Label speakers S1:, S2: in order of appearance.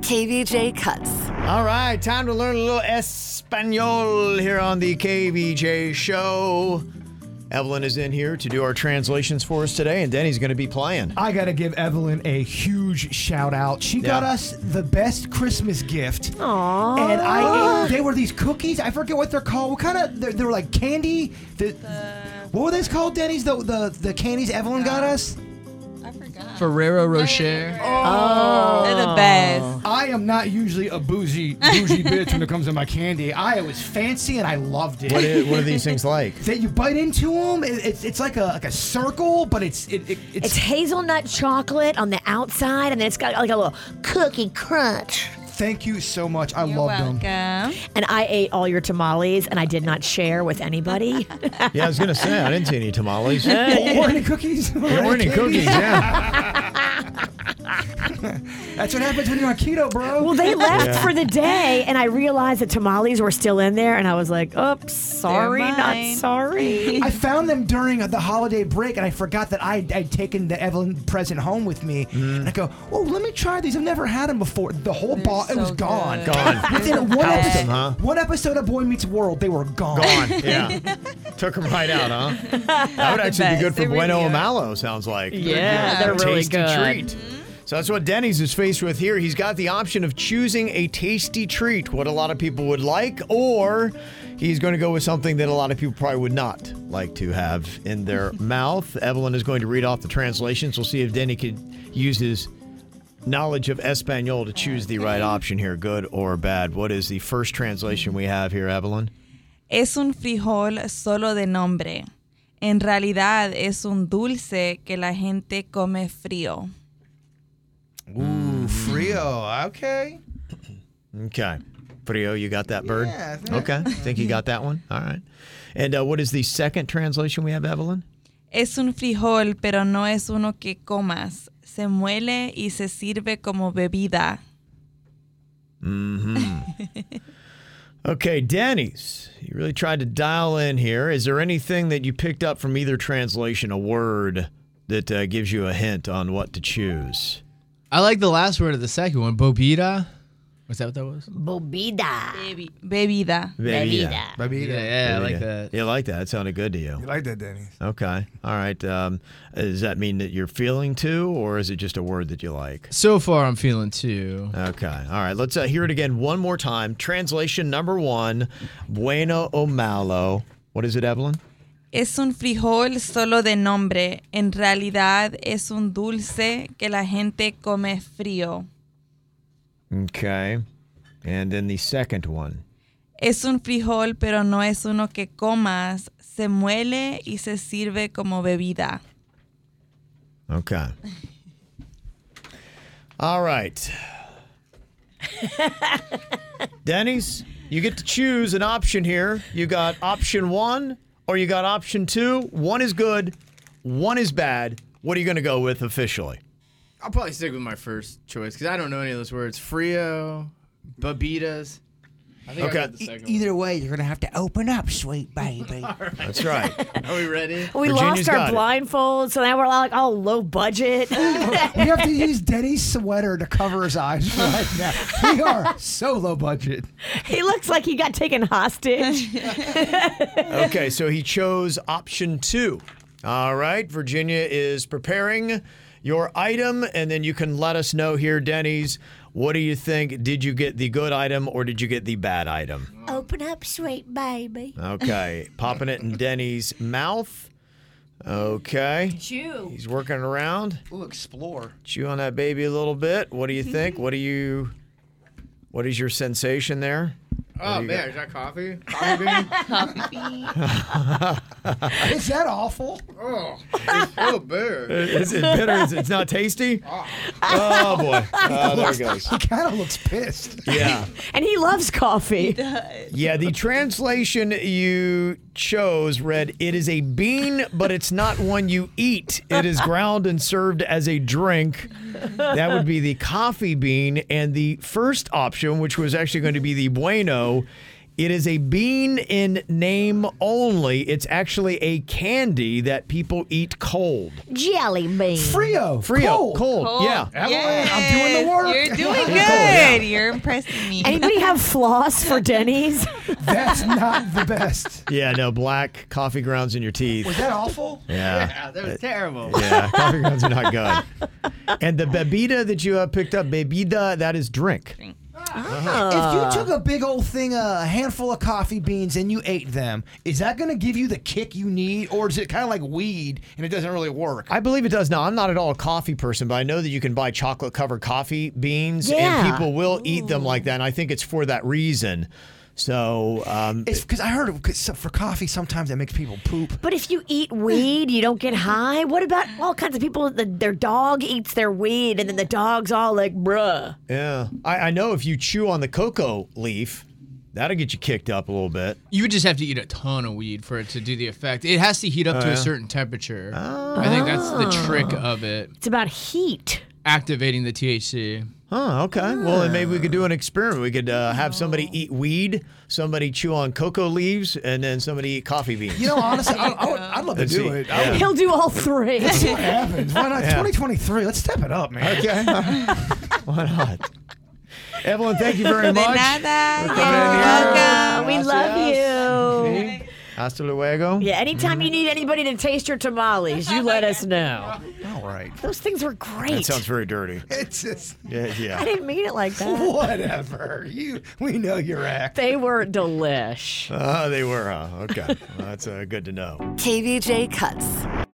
S1: KVJ cuts.
S2: All right, time to learn a little Espanol here on the KVJ show. Evelyn is in here to do our translations for us today, and Denny's going to be playing.
S3: I gotta give Evelyn a huge shout out. She got
S2: Yeah.
S3: us the best Christmas gift. Aww. And I ate, they were these cookies. I forget what they're called. What kind of they, they were like candy. The, what were those called, Denny's? The the, the candies Evelyn got us.
S4: Ferrero Rocher.
S5: They're
S2: Oh.
S5: the best.
S3: I am not usually a bougie bougie bitch when it comes to my candy. I was fancy and I loved it.
S2: What, is, what are these things like?
S3: that you bite into them, it, it's it's like a like a circle, but it's it, it it's,
S1: It's hazelnut chocolate on the outside, and then it's got like a little cookie crunch.
S3: Thank you so much. I
S5: You're
S3: loved them.
S5: welcome.
S1: And I ate all your tamales, and I did not share with anybody.
S2: Yeah, I was going to say, I didn't see any tamales.
S3: Oh, weren't any cookies?
S2: There weren't any cookies, yeah.
S3: That's what happens when you're on keto, bro.
S1: well, they left for the day, and I realized the tamales were still in there, and I was like, "Oops, sorry, not
S5: mine."
S1: sorry."
S3: I found them during the holiday break, and I forgot that I I'd taken the Evelyn present home with me.
S2: Mm-hmm.
S3: And I go, "Oh, let me try these. I've never had them before." The whole box, it was
S5: so
S3: gone.
S5: good.
S2: Gone.
S3: Within one
S2: Housed
S3: episode,
S2: them, huh?
S3: one episode of Boy Meets World, they were gone.
S2: Gone, yeah. Took them right out, huh? That would actually be
S5: best.
S2: good for
S5: They really
S2: Bueno
S5: are.
S2: Malo, sounds like.
S6: Yeah, they're really
S2: tasty
S6: good.
S2: treat. So that's what Denny's is faced with here. He's got the option of choosing a tasty treat, what a lot of people would like, or he's going to go with something that a lot of people probably would not like to have in their mouth. Evelyn is going to read off the translations. We'll see if Denny could use his knowledge of Espanol to choose the right option here, good or bad. What is the first translation we have here, Evelyn?
S4: Es un frijol solo de nombre. En realidad es un dulce que la gente come frío.
S7: Ooh, Frio. Okay.
S2: Okay. Frio, you got that bird?
S7: Yeah, I think-
S2: okay. Think you got that one? All right. And uh, what is the second translation we have, Evelyn?
S4: Es un frijol, pero no es uno que comas. Se muele y se sirve como bebida.
S2: Okay, Denny's. You really tried to dial in here. Is there anything that you picked up from either translation, a word that uh, gives you a hint on what to choose?
S4: I like the last word of the second one, bobita. Was that what that was?
S1: Bobida.
S4: Bebida.
S2: Bebida.
S7: Baby,
S4: Yeah, I like that.
S2: You like that? It sounded good to you.
S7: You like that, Danny?
S2: Okay. All right. Um, does that mean that you're feeling too, or is it just a word that you like?
S4: So far, I'm feeling two.
S2: Okay. All right. Let's uh, hear it again one more time. Translation number one Bueno o malo. What is it, Evelyn?
S4: Es un frijol solo de nombre. En realidad es un dulce que la gente come frío.
S2: Okay. And then the second one.
S4: Es un frijol, pero no es uno que comas. Se muele y se sirve como bebida.
S2: Okay. All right. Denny's, you get to choose an option here. You got option one or you got option two. One is good, one is bad. What are you going to go with officially?
S8: I'll probably stick with my first choice because I don't know any of those words. Frio, babitas. I think
S2: Okay.
S8: I got the second
S3: Either way, you're gonna have to open up, sweet baby.
S2: That's right.
S8: one. Are we ready?
S1: We
S2: Virginia's
S1: lost our
S2: got it.
S1: blindfolds, so now we're all like all low budget.
S3: we have to use Denny's sweater to cover his eyes right now. We are so low budget.
S1: he looks like he got taken hostage.
S2: Okay, so he chose option two. All right, Virginia is preparing your item, and then you can let us know here, Denny's, What do you think? Did you get the good item or did you get the bad item?
S9: Open up, sweet baby.
S2: Okay. Popping it in Denny's mouth. Okay.
S9: Chew.
S2: He's working around.
S3: Ooh, explore.
S2: Chew on that baby a little bit. What do you think? what do you what is your sensation there?
S8: Oh
S2: What do you
S8: man, is that coffee? Coffee bean? coffee.
S3: Is that awful?
S8: Oh, it's so bitter.
S2: Is it bitter? Is it- It's not tasty? Oh, boy. Oh, there it goes.
S3: He kind of looks pissed.
S2: Yeah.
S1: And he loves coffee.
S2: Yeah, the translation you chose read it is a bean, but it's not one you eat. It is ground and served as a drink. That would be the coffee bean. And the first option, which was actually going to be the bueno, it is a bean in name only. It's actually a candy that people eat cold.
S9: Jelly bean.
S3: Frio.
S2: Frio. Cold.
S4: Cold.
S2: Yeah.
S4: Yes.
S3: doing the work.
S4: You're Oh,
S3: Cold,
S4: doing good.
S3: yeah.
S4: You're impressing me.
S1: Anybody have floss for Denny's?
S3: That's not the best.
S2: Yeah, no, black coffee grounds in your teeth.
S3: Was that awful?
S2: Yeah.
S8: that was terrible.
S2: Yeah, coffee grounds are not good. And the bebida that you uh, picked up, bebida, that is drink.
S3: if you took a big old thing, a handful of coffee beans, and you ate them, is that going to give you the kick you need, or is it kind of like weed and it doesn't really work?
S2: I believe it does. Now, I'm not at all a coffee person, but I know that you can buy chocolate covered coffee beans,
S3: Yeah.
S2: and people will eat them like that. And I think it's for that reason. So, um,
S3: It's because I heard it- 'cause for coffee sometimes that makes people poop.
S1: But if you eat weed, you don't get high. What about all kinds of people? The, their dog eats their weed, and then the dog's all like, bruh.
S2: yeah, I, I know if you chew on the cocoa leaf, that'll get you kicked up a little bit.
S8: You would just have to eat a ton of weed for it to do the effect. It has to heat up
S2: Oh,
S8: to
S2: yeah? Oh.
S8: a certain temperature. I think that's the trick of it.
S1: It's about heat.
S8: Activating the THC.
S2: Oh, okay. Well, then maybe we could do an experiment. We could uh, have somebody
S3: Oh.
S2: eat weed, somebody chew on cocoa leaves, and then somebody eat coffee beans.
S3: You know, honestly, I, I would, I'd love to
S2: Let's
S3: do
S2: see.
S3: it.
S2: Yeah.
S3: I would-
S1: He'll do all three.
S3: What happens? Why not?
S2: Yeah.
S3: 2023. Let's step it up, man.
S2: Okay. Why not? Evelyn, thank you very
S4: De
S2: much.
S4: nada.
S2: We're
S4: You're
S2: coming in here.
S4: welcome.
S1: we love you.
S2: Hasta luego.
S1: Yeah, anytime you need anybody to taste your tamales, you let us know.
S3: All right.
S1: Those things were
S2: That
S1: great.
S2: sounds very dirty.
S3: It's just
S2: Yeah,
S1: I
S2: yeah.
S1: didn't mean it like that.
S3: whatever. You, we know your act.
S1: They were delish.
S2: Ah, Uh, they were, huh? Okay. Well, that's uh, good to know.
S10: KVJ Cuts.